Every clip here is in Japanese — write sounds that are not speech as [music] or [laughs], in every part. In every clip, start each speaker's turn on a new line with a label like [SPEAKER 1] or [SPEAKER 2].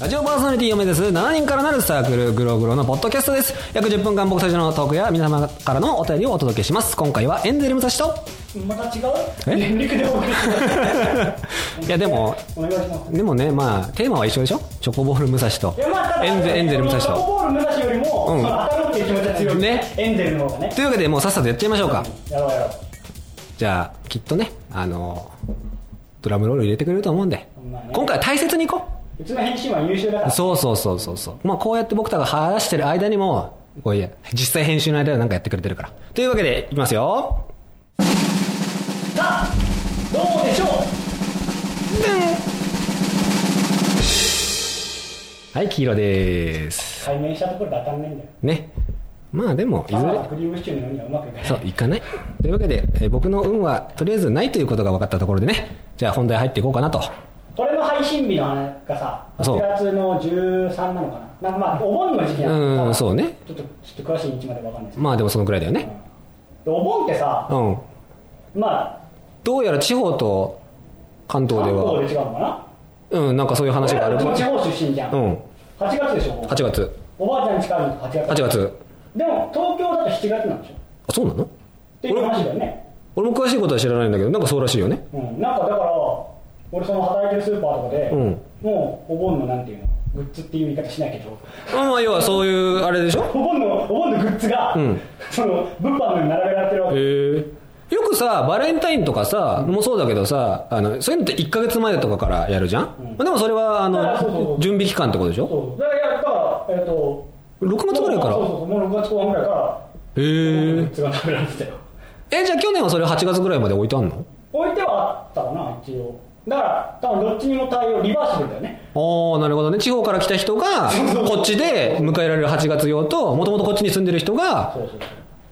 [SPEAKER 1] ラジオパーソナリティを目指す7人からなるサークルグログロのポッドキャストです約10分間僕たちのトークや皆様からのお便りをお届けします今回はエンゼル武蔵と
[SPEAKER 2] また違う
[SPEAKER 1] え
[SPEAKER 2] リンリクでお送りします
[SPEAKER 1] いやでも
[SPEAKER 2] お願いします
[SPEAKER 1] でもねまあテーマは一緒でしょチョコボール武蔵と
[SPEAKER 2] いやまあただ
[SPEAKER 1] エンゼエンゼル武蔵
[SPEAKER 2] チョコ
[SPEAKER 1] と
[SPEAKER 2] ボール武蔵よりも、
[SPEAKER 1] うん
[SPEAKER 2] その当たろうっていう気持ちが強い、
[SPEAKER 1] ね
[SPEAKER 2] エンゼルの方がね
[SPEAKER 1] というわけでもうさっさとやっちゃいましょうか
[SPEAKER 2] やろうやろ
[SPEAKER 1] じゃあきっとねあのドラムロール入れてくれると思うんで
[SPEAKER 2] まあね
[SPEAKER 1] 今回は大切にいこ
[SPEAKER 2] ううちの編集は優秀だか
[SPEAKER 1] う
[SPEAKER 2] ら
[SPEAKER 1] そうそうそうそうそうまあこうやって僕たちが話してる間にもこういや実際編集の間でなんかやってくれてるからというわけでいきますよ
[SPEAKER 2] さあどうでしょう
[SPEAKER 1] はい黄色です
[SPEAKER 2] 解明したところで当たんないんだよ
[SPEAKER 1] ねまあでもいず
[SPEAKER 2] 朝
[SPEAKER 1] れ
[SPEAKER 2] はクリームシチューのようにはうまくいかない
[SPEAKER 1] そういかないというわけで、えー僕の運はとりあえずないということが分かったところでねじゃあ本題入っていこうかなと
[SPEAKER 2] これの配信日の話がさ
[SPEAKER 1] そう
[SPEAKER 2] 8月の13なのかななんかまあお盆の時期なの
[SPEAKER 1] う
[SPEAKER 2] か
[SPEAKER 1] ん
[SPEAKER 2] な
[SPEAKER 1] そうね
[SPEAKER 2] ちょっとちょっと詳しい日までわかんないです
[SPEAKER 1] まあでもそのぐらいだよね
[SPEAKER 2] でお盆ってさ
[SPEAKER 1] うん
[SPEAKER 2] まあ
[SPEAKER 1] どうやら地方と関東で
[SPEAKER 2] 関
[SPEAKER 1] は
[SPEAKER 2] 東で違うのかな
[SPEAKER 1] うんなんかそういう話がある
[SPEAKER 2] 俺ら地
[SPEAKER 1] う
[SPEAKER 2] 方出身じゃん、
[SPEAKER 1] ん
[SPEAKER 2] 8月でしょ
[SPEAKER 1] 8月
[SPEAKER 2] おばあちゃんに近いの8月
[SPEAKER 1] 8月
[SPEAKER 2] でも東京だと7月なんでしょっ
[SPEAKER 1] あそうなの
[SPEAKER 2] ていう話だよね
[SPEAKER 1] 俺も詳しいことは知らないんだけどなんかそうらしいよね
[SPEAKER 2] うんなんかだから俺その働いてるスーパーとかで、
[SPEAKER 1] うん
[SPEAKER 2] もうお盆のなんていうのグッズっていう言い方しないけど [laughs]
[SPEAKER 1] あまあ要はそういうあれでしょ
[SPEAKER 2] お盆のお盆のグッズが、
[SPEAKER 1] ん
[SPEAKER 2] その物販のように並べられてるわ
[SPEAKER 1] へ
[SPEAKER 2] け
[SPEAKER 1] えよくさバレンタインとかさ、もそうだけどさあのそういうのって1か月前とかからやるじゃん、まあでもそれはあの
[SPEAKER 2] あそうそうそう
[SPEAKER 1] 準備期間ってことでしょ
[SPEAKER 2] そうだからいやだからえっ、と
[SPEAKER 1] 6月ぐらいから
[SPEAKER 2] そうそうそうもう6月後半ぐらいから
[SPEAKER 1] へ
[SPEAKER 2] グ
[SPEAKER 1] え
[SPEAKER 2] ッズが食べられてたよ
[SPEAKER 1] えじゃあ去年はそれ8月ぐらいまで置いてあんの
[SPEAKER 2] 置いてはあったかな一応だから多分どっちにも対応リバーシブルだよね
[SPEAKER 1] ああなるほどね地方から来た人がこっちで迎えられる8月用ともともとこっちに住んでる人が
[SPEAKER 2] そうそうそう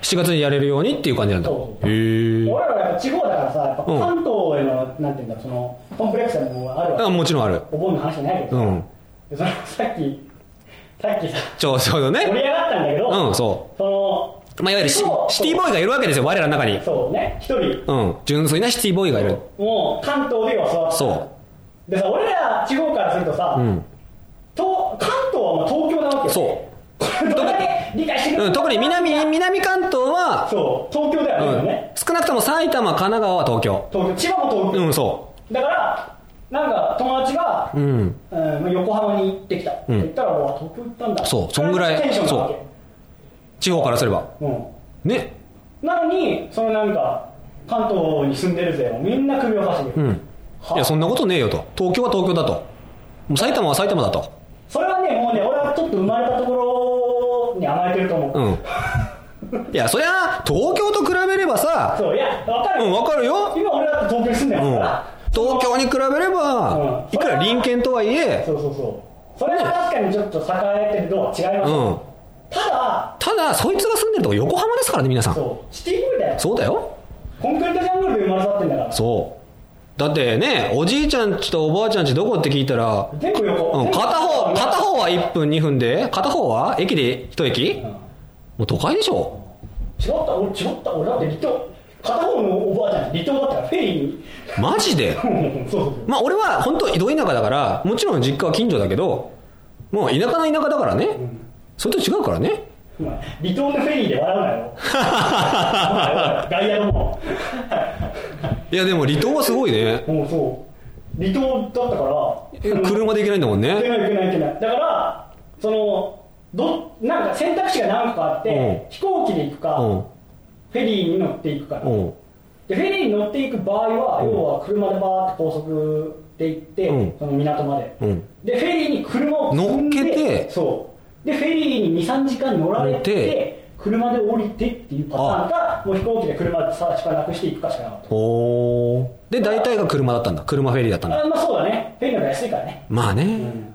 [SPEAKER 1] 7月にやれるようにっていう感じなんだへ
[SPEAKER 2] そう
[SPEAKER 1] え
[SPEAKER 2] 俺らはやっぱ地方だからさやっぱ
[SPEAKER 1] うん
[SPEAKER 2] 関東への、なんていうんだろうそのコンプレックスもあるわけ、
[SPEAKER 1] あもちろんある
[SPEAKER 2] お盆の話じゃないけ
[SPEAKER 1] う
[SPEAKER 2] ど、
[SPEAKER 1] ん
[SPEAKER 2] でそのさっきさっきさ
[SPEAKER 1] ちょちょうど
[SPEAKER 2] 盛り
[SPEAKER 1] ね
[SPEAKER 2] 上がったんだけど、
[SPEAKER 1] うんそ
[SPEAKER 2] その
[SPEAKER 1] う、まあ、いわゆるシ
[SPEAKER 2] そう
[SPEAKER 1] シティボーイがいるわけですよ我らの中に
[SPEAKER 2] そうね一人
[SPEAKER 1] うん純粋なシティボーイがいる
[SPEAKER 2] もう関東では育った
[SPEAKER 1] そ
[SPEAKER 2] でさ俺ら地方からするとさ、
[SPEAKER 1] ううん
[SPEAKER 2] と関東はもう東京なわけよ
[SPEAKER 1] そ
[SPEAKER 2] これどれだけ理解してくれ
[SPEAKER 1] う、
[SPEAKER 2] る
[SPEAKER 1] うん、特に南南関東は、
[SPEAKER 2] そう東京
[SPEAKER 1] う
[SPEAKER 2] だよね、今
[SPEAKER 1] ん
[SPEAKER 2] ね、
[SPEAKER 1] 少なくとも埼玉神奈川は東京
[SPEAKER 2] 東京千葉も東京、
[SPEAKER 1] うんそ
[SPEAKER 2] だからなんか友達が
[SPEAKER 1] ううん
[SPEAKER 2] うんまあ、横浜に行ってきたって言ったら、うわ東京行ったんだ
[SPEAKER 1] そうそんぐらい
[SPEAKER 2] テンションなわ
[SPEAKER 1] 地方からすれば
[SPEAKER 2] けう、
[SPEAKER 1] ね
[SPEAKER 2] ん、なのにそのなんか関東に住んでるぜみんな首をかしげ
[SPEAKER 1] う
[SPEAKER 2] る、
[SPEAKER 1] んいやそんなことねえよと東京は東京だともう埼玉は埼玉だと
[SPEAKER 2] それはねもうね俺はちょっと生まれたところに甘えてると思う、
[SPEAKER 1] うんいやそりゃ東京と比べればさ
[SPEAKER 2] そういや分かる、
[SPEAKER 1] うんわかるよ、
[SPEAKER 2] 今俺だって東京に住んで
[SPEAKER 1] う
[SPEAKER 2] る
[SPEAKER 1] ん
[SPEAKER 2] から、、
[SPEAKER 1] 東京に比べれば
[SPEAKER 2] うん
[SPEAKER 1] いくら隣県とはいえ
[SPEAKER 2] そうそうそうそれは確かにちょっと栄えてるのは違います、
[SPEAKER 1] うん
[SPEAKER 2] ただ
[SPEAKER 1] ただそいつが住んでるとこ横浜ですからね皆さん
[SPEAKER 2] そうシティボーイだよ
[SPEAKER 1] そうだよ
[SPEAKER 2] コンクリートジャングルで生まれ育ってんだから
[SPEAKER 1] そうだってねおじいちゃんちとおばあちゃんちどこって聞いたら、
[SPEAKER 2] 全部横、
[SPEAKER 1] うん、
[SPEAKER 2] 全部
[SPEAKER 1] 片方片方は1分2分で片方は駅で1駅、
[SPEAKER 2] うん
[SPEAKER 1] もう都会でしょ
[SPEAKER 2] 違った俺違った俺だって離島片方のおばあちゃん離島だったからフェリーに
[SPEAKER 1] マジで
[SPEAKER 2] [laughs] そうそう
[SPEAKER 1] まあ俺は本当ど田舎だからもちろん実家は近所だけどもう田舎の田舎だからね、それと違うからね
[SPEAKER 2] そう、まあ、離島でフェリーで笑うなよ外野のも
[SPEAKER 1] いやでも離島はすごいね
[SPEAKER 2] もうそう離島だったから
[SPEAKER 1] え車で行けないんだもん
[SPEAKER 2] いけ
[SPEAKER 1] ね
[SPEAKER 2] ないいけないいけないだからそのどなんか選択肢が何個かあって、
[SPEAKER 1] うん
[SPEAKER 2] 飛行機で行くか、
[SPEAKER 1] うん
[SPEAKER 2] フェリーに乗っていくか、
[SPEAKER 1] うん
[SPEAKER 2] でフェリーに乗っていく場合は、
[SPEAKER 1] うん
[SPEAKER 2] 要は車でバーって高速で行って、
[SPEAKER 1] うん
[SPEAKER 2] その港まで、
[SPEAKER 1] うん
[SPEAKER 2] でフェリーに車を積んで
[SPEAKER 1] 乗っけて
[SPEAKER 2] そうでフェリーに23時間乗られ
[SPEAKER 1] 乗って
[SPEAKER 2] 車で降りてっていうパターンかもう飛行機で車でさしかなくしていくかしかなかっ
[SPEAKER 1] おーで大体が車だったんだ車フェリーだったん
[SPEAKER 2] た
[SPEAKER 1] だ
[SPEAKER 2] あまあそうだねフェリーの方が安いからね、
[SPEAKER 1] まあね、
[SPEAKER 2] うん、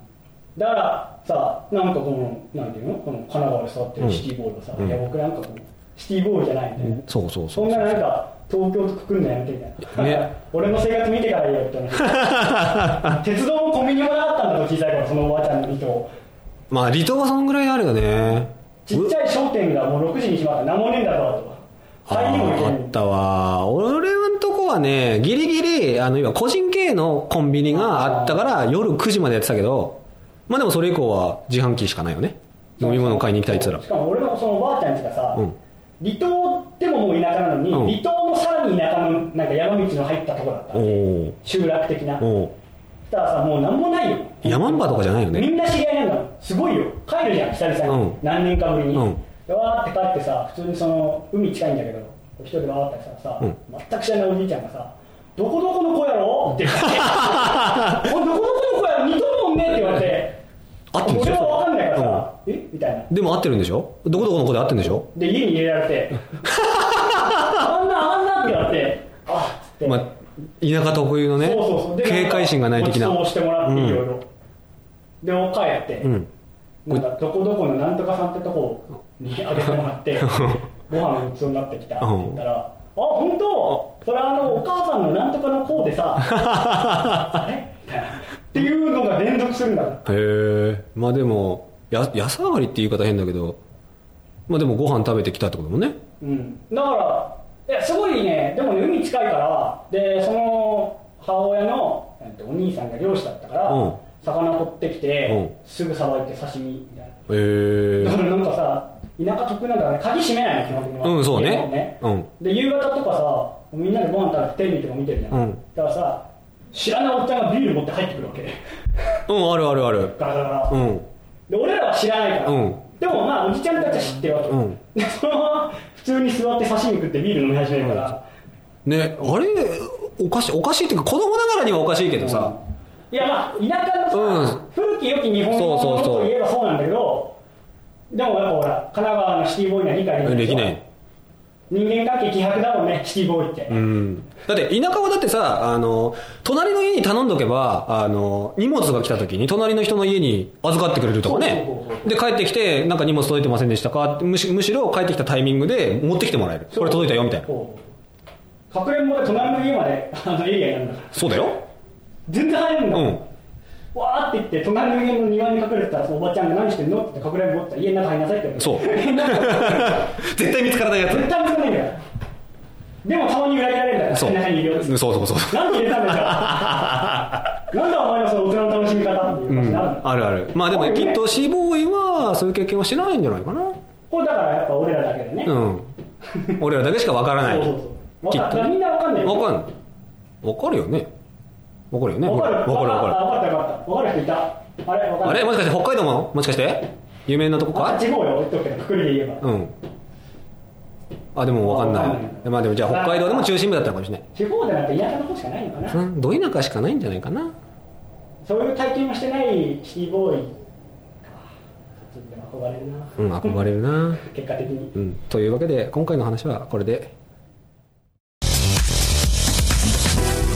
[SPEAKER 2] だからさなんかこのなんていうのこの神奈川で育ってるシティボーイがさ、いや僕なんかこうシティボーイじゃないみたいな、
[SPEAKER 1] そうそうそ
[SPEAKER 2] そ
[SPEAKER 1] うん
[SPEAKER 2] ななんか東京とくくるのやめてみたいな、
[SPEAKER 1] ね
[SPEAKER 2] 俺の生活見てから言えよ
[SPEAKER 1] [laughs]
[SPEAKER 2] って話鉄道もコンビニもなかったんだと小さい頃そのおばあちゃんの離島
[SPEAKER 1] まあ離島はそんぐらいあるよね
[SPEAKER 2] ちっちゃい商店がもう6時に閉まって何もねえんだろうと
[SPEAKER 1] あ
[SPEAKER 2] 入りもいけ
[SPEAKER 1] ー
[SPEAKER 2] な
[SPEAKER 1] あっ
[SPEAKER 2] い
[SPEAKER 1] たわ俺のとこはねギリギリあの今個人経営のコンビニがあったから夜9時までやってたけどまあでもそれ以降は自販機しかないよね飲み物買いに行きたいっつったら
[SPEAKER 2] しかも俺のそのおばあちゃんちがさ、
[SPEAKER 1] うん
[SPEAKER 2] 離島でももう田舎なのに、
[SPEAKER 1] うん
[SPEAKER 2] 離島のさらに田舎のなんか山道の入ったとこだった
[SPEAKER 1] おお
[SPEAKER 2] 集落的な
[SPEAKER 1] ーおー
[SPEAKER 2] たらさもうなんもないよ
[SPEAKER 1] 山んばとかじゃないよね
[SPEAKER 2] みんな知り合いなんだもんすごいよ帰るじゃん久々に、
[SPEAKER 1] うん
[SPEAKER 2] 何年かぶりに、
[SPEAKER 1] うん
[SPEAKER 2] でわーって帰ってさ普通にその海近いんだけど一人でわーってささ、
[SPEAKER 1] うん
[SPEAKER 2] 全く知らないおじいちゃんがさ「どこどこの子やろ?」って言って
[SPEAKER 1] [laughs]
[SPEAKER 2] 「おいどこどこの子やろ似とるもんね」って言われて
[SPEAKER 1] 合ってるんでし
[SPEAKER 2] 俺
[SPEAKER 1] ょ
[SPEAKER 2] は分かんないからさ「えみたいな
[SPEAKER 1] でも合ってるんでしょどこどこの子で合ってるんでしょ
[SPEAKER 2] で家に入れられて「あんなあんな」ってなって「あっ」つって、
[SPEAKER 1] まあ田舎特有のね
[SPEAKER 2] そうそうそうで
[SPEAKER 1] 警戒心がない的な
[SPEAKER 2] ごちそうしてもらって
[SPEAKER 1] うん
[SPEAKER 2] いろいろ、でお帰って、
[SPEAKER 1] うん
[SPEAKER 2] なんかどこどこのなんとかさんってとこにあげてもらってご飯ごちそうになってきたって言ったら「あ本当それあのお母さんのなんとかの子でさ
[SPEAKER 1] [laughs]
[SPEAKER 2] あれ?」みたいなっていうのが連続するんだ
[SPEAKER 1] へえまあでもや安上がりって言い方変だけどまあでもご飯食べてきたってこともね
[SPEAKER 2] うん、だからいやすごいねでもね海近いからでその母親のなんてお兄さんが漁師だったから、
[SPEAKER 1] うん
[SPEAKER 2] 魚取ってきて、
[SPEAKER 1] う
[SPEAKER 2] すぐさばいて刺身みたい
[SPEAKER 1] へ
[SPEAKER 2] なだか
[SPEAKER 1] え
[SPEAKER 2] らなんかさ田舎得なんだね鍵閉めないの基本的には
[SPEAKER 1] うんそうね
[SPEAKER 2] 家もね
[SPEAKER 1] うん
[SPEAKER 2] で夕方とかさみんなでご飯食べてテレビとか見てるじゃん、
[SPEAKER 1] うん
[SPEAKER 2] だからさ知らないおっちゃんがビール持って入ってくるわけ [laughs]
[SPEAKER 1] うんあるあるある
[SPEAKER 2] ガラガラガラ、
[SPEAKER 1] うん
[SPEAKER 2] で俺らは知らないから、
[SPEAKER 1] うん
[SPEAKER 2] でもまあおじちゃんたちは知ってるわけ、
[SPEAKER 1] うん
[SPEAKER 2] [laughs] でそのまま普通に座って刺身食ってビール飲み始めるから、
[SPEAKER 1] ねあれおかしいおかしいっていうか子供ながらにはおかしいけどさ
[SPEAKER 2] いやまあ田舎のさ、
[SPEAKER 1] うん
[SPEAKER 2] 古き良き日本のも
[SPEAKER 1] そうそうそ
[SPEAKER 2] の
[SPEAKER 1] う
[SPEAKER 2] といえばそうなんだけどでもやっぱほら神奈川のシティボーイには理解できない
[SPEAKER 1] できない
[SPEAKER 2] 人間関係希薄だもんねシティボーイって、
[SPEAKER 1] うんだって田舎はだってさあの隣の家に頼んどけばあの荷物が来た時に隣の人の家に預かってくれるとかね
[SPEAKER 2] そうそうそうそう
[SPEAKER 1] で帰ってきてなんか荷物届いてませんでしたかむしむしろ帰ってきたタイミングで持ってきてもらえるこれ届いたよみたいな
[SPEAKER 2] そうかくれんぼで隣の家まで [laughs] あのエリアなんだから
[SPEAKER 1] そうだよ
[SPEAKER 2] 全然入るんだ
[SPEAKER 1] う
[SPEAKER 2] もん、
[SPEAKER 1] ん
[SPEAKER 2] わーって言って隣の家の庭に隠れてたらおばちゃんが何してんのって言ってかくれんぼって言ったら家の中入りなさいって
[SPEAKER 1] そう
[SPEAKER 2] 家の中
[SPEAKER 1] [laughs] 絶対見つからないや
[SPEAKER 2] 絶対見つかんないんだよでもたまに裏切られるんだよ
[SPEAKER 1] つそう
[SPEAKER 2] 家の中にいるよ [laughs]
[SPEAKER 1] そうそうそう
[SPEAKER 2] なんで入れ
[SPEAKER 1] [laughs]
[SPEAKER 2] たんだよなんだお前のその大人の楽しみ方って
[SPEAKER 1] う
[SPEAKER 2] いう感じに
[SPEAKER 1] ん
[SPEAKER 2] なるの、
[SPEAKER 1] あるあるまあでもきっとシーボーイはそういう経験はしてないんじゃないかな
[SPEAKER 2] これだからやっぱ俺らだけでね、
[SPEAKER 1] う
[SPEAKER 2] そうん
[SPEAKER 1] 俺らだけしかわからない
[SPEAKER 2] そう
[SPEAKER 1] わ
[SPEAKER 2] そう
[SPEAKER 1] きっ
[SPEAKER 2] わ
[SPEAKER 1] と
[SPEAKER 2] かだからみんなわかんない
[SPEAKER 1] か
[SPEAKER 2] る
[SPEAKER 1] んわかるよねわかるよね
[SPEAKER 2] わかる
[SPEAKER 1] わかるわかる
[SPEAKER 2] わかったわかったわかる人いたあれわかん
[SPEAKER 1] あ
[SPEAKER 2] ない
[SPEAKER 1] れもしかして北海道ももしかして有名なとこか
[SPEAKER 2] 地方よ言っとくけどくくりで言えば、
[SPEAKER 1] うんあでもわかんな
[SPEAKER 2] わかんない
[SPEAKER 1] いまあでもじゃあ北海道でも中心部だったのかもしれ
[SPEAKER 2] 地方でなんて田舎の方しかないのかな、
[SPEAKER 1] ないうんど田舎しかないんじゃないかな
[SPEAKER 2] そういう体験もしてないシティボーイかちょっと憧れるな、
[SPEAKER 1] うん憧れるな
[SPEAKER 2] 結果的に
[SPEAKER 1] うんというわけで今回の話はこれで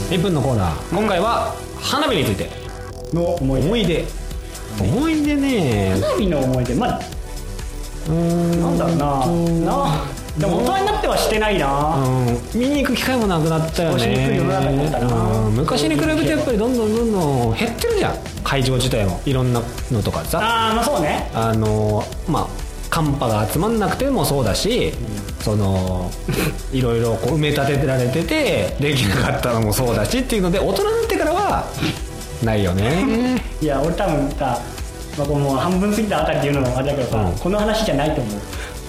[SPEAKER 1] 1分のコーナー今回は花火について
[SPEAKER 2] の思い出
[SPEAKER 1] 思い出思い出ね
[SPEAKER 2] 花火の思い出まあ
[SPEAKER 1] うーん
[SPEAKER 2] なんだろうな、なでも大人になってはしてないな、
[SPEAKER 1] うん見に行く機会もなくなったよ
[SPEAKER 2] 少しに来る
[SPEAKER 1] ね
[SPEAKER 2] 世の中になったな
[SPEAKER 1] うん昔に比べてやっぱりどんどんどんどん減ってるじゃん会場自体もいろんなのとかさ
[SPEAKER 2] ああまあそうね
[SPEAKER 1] あのまあ寒波が集まんなくてもそうだし、その [laughs] いろいろこう埋め立てられててできなかったのもそうだしっていうので大人になってからはないよね
[SPEAKER 2] いや俺多分さ、まあ、この半分過ぎたあたりっていうのもあれだけどさ、
[SPEAKER 1] うん
[SPEAKER 2] この話じゃないと思う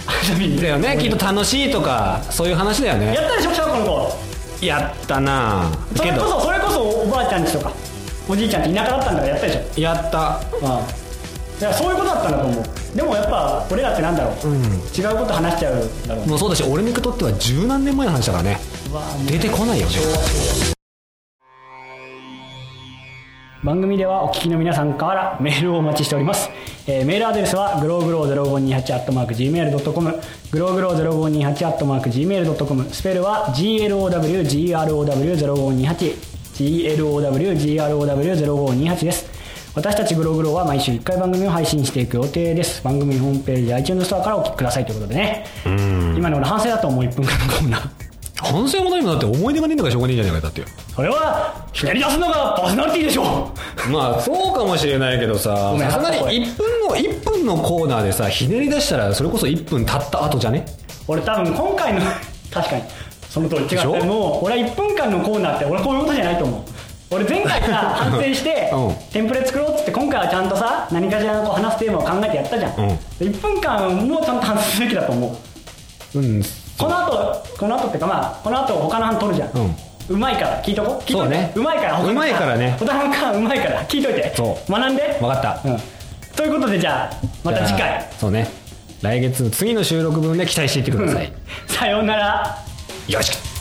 [SPEAKER 2] 花火
[SPEAKER 1] [laughs] だよねきっと楽しいとかそういう話だよね
[SPEAKER 2] [laughs] やったでしょ小学校の
[SPEAKER 1] やったな
[SPEAKER 2] 子そ
[SPEAKER 1] け
[SPEAKER 2] れこ
[SPEAKER 1] ど
[SPEAKER 2] そそれこそおばあちゃんちとかおじいちゃんって田舎だったんだからやったでしょ
[SPEAKER 1] やった
[SPEAKER 2] あいやそういうことだったんだと思うでもやっぱ俺らってなんだろう、
[SPEAKER 1] ん
[SPEAKER 2] 違うこと話しちゃうんだろう
[SPEAKER 1] もうそうだし俺にとっては十何年前の話だからね
[SPEAKER 2] うわもう
[SPEAKER 1] 出てこないよね
[SPEAKER 2] 番組ではお聞きの皆さんからメールをお待ちしております、えーメールアドレスはグローグロー0528 gmail.com グローグロー0528 gmail.com スペルは glowgrow0528 glowgrow0528 です私たちグローグローは毎週1回番組を配信していく予定です番組ホームページ iTunes ストアからお聞きくださいということでね今の俺反省だと思う1分間のコーナー
[SPEAKER 1] 反省も何もだって思い出がねえんだからしょうがねえじゃないかだって
[SPEAKER 2] それはひねり出すのがパーソナリティでしょ
[SPEAKER 1] まあそうかもしれないけどさ
[SPEAKER 2] ごめん
[SPEAKER 1] さすがに
[SPEAKER 2] あったこれ
[SPEAKER 1] 1分の1分のコーナーでさひねり出したらそれこそ1分経った後じゃね
[SPEAKER 2] 俺多分今回の [laughs] 確かにその通り違
[SPEAKER 1] しょ
[SPEAKER 2] うもう俺は1分間のコーナーって俺こういうことじゃないと思う俺前回
[SPEAKER 1] [laughs]
[SPEAKER 2] さ反省して
[SPEAKER 1] うん
[SPEAKER 2] テンプレ作ろうっつって今回はちゃんとさ何かしらのこう話すテーマを考えてやったじゃん、
[SPEAKER 1] うん
[SPEAKER 2] 1分間もうちゃんと反省すべきだと思う
[SPEAKER 1] うん
[SPEAKER 2] この後この後っていうかまあこの後他の班取るじゃん、
[SPEAKER 1] うん
[SPEAKER 2] うまいから聞いとこ聞いと
[SPEAKER 1] そう
[SPEAKER 2] いて
[SPEAKER 1] ね
[SPEAKER 2] うまいから他の班
[SPEAKER 1] うまいからね
[SPEAKER 2] 他の班うまいから聞いといて
[SPEAKER 1] そう
[SPEAKER 2] 学んで
[SPEAKER 1] 分かった
[SPEAKER 2] うんということでじゃあまた次
[SPEAKER 1] じゃ
[SPEAKER 2] 回
[SPEAKER 1] あそうね来月の次の収録分で期待していってください、
[SPEAKER 2] さようなら
[SPEAKER 1] よろしく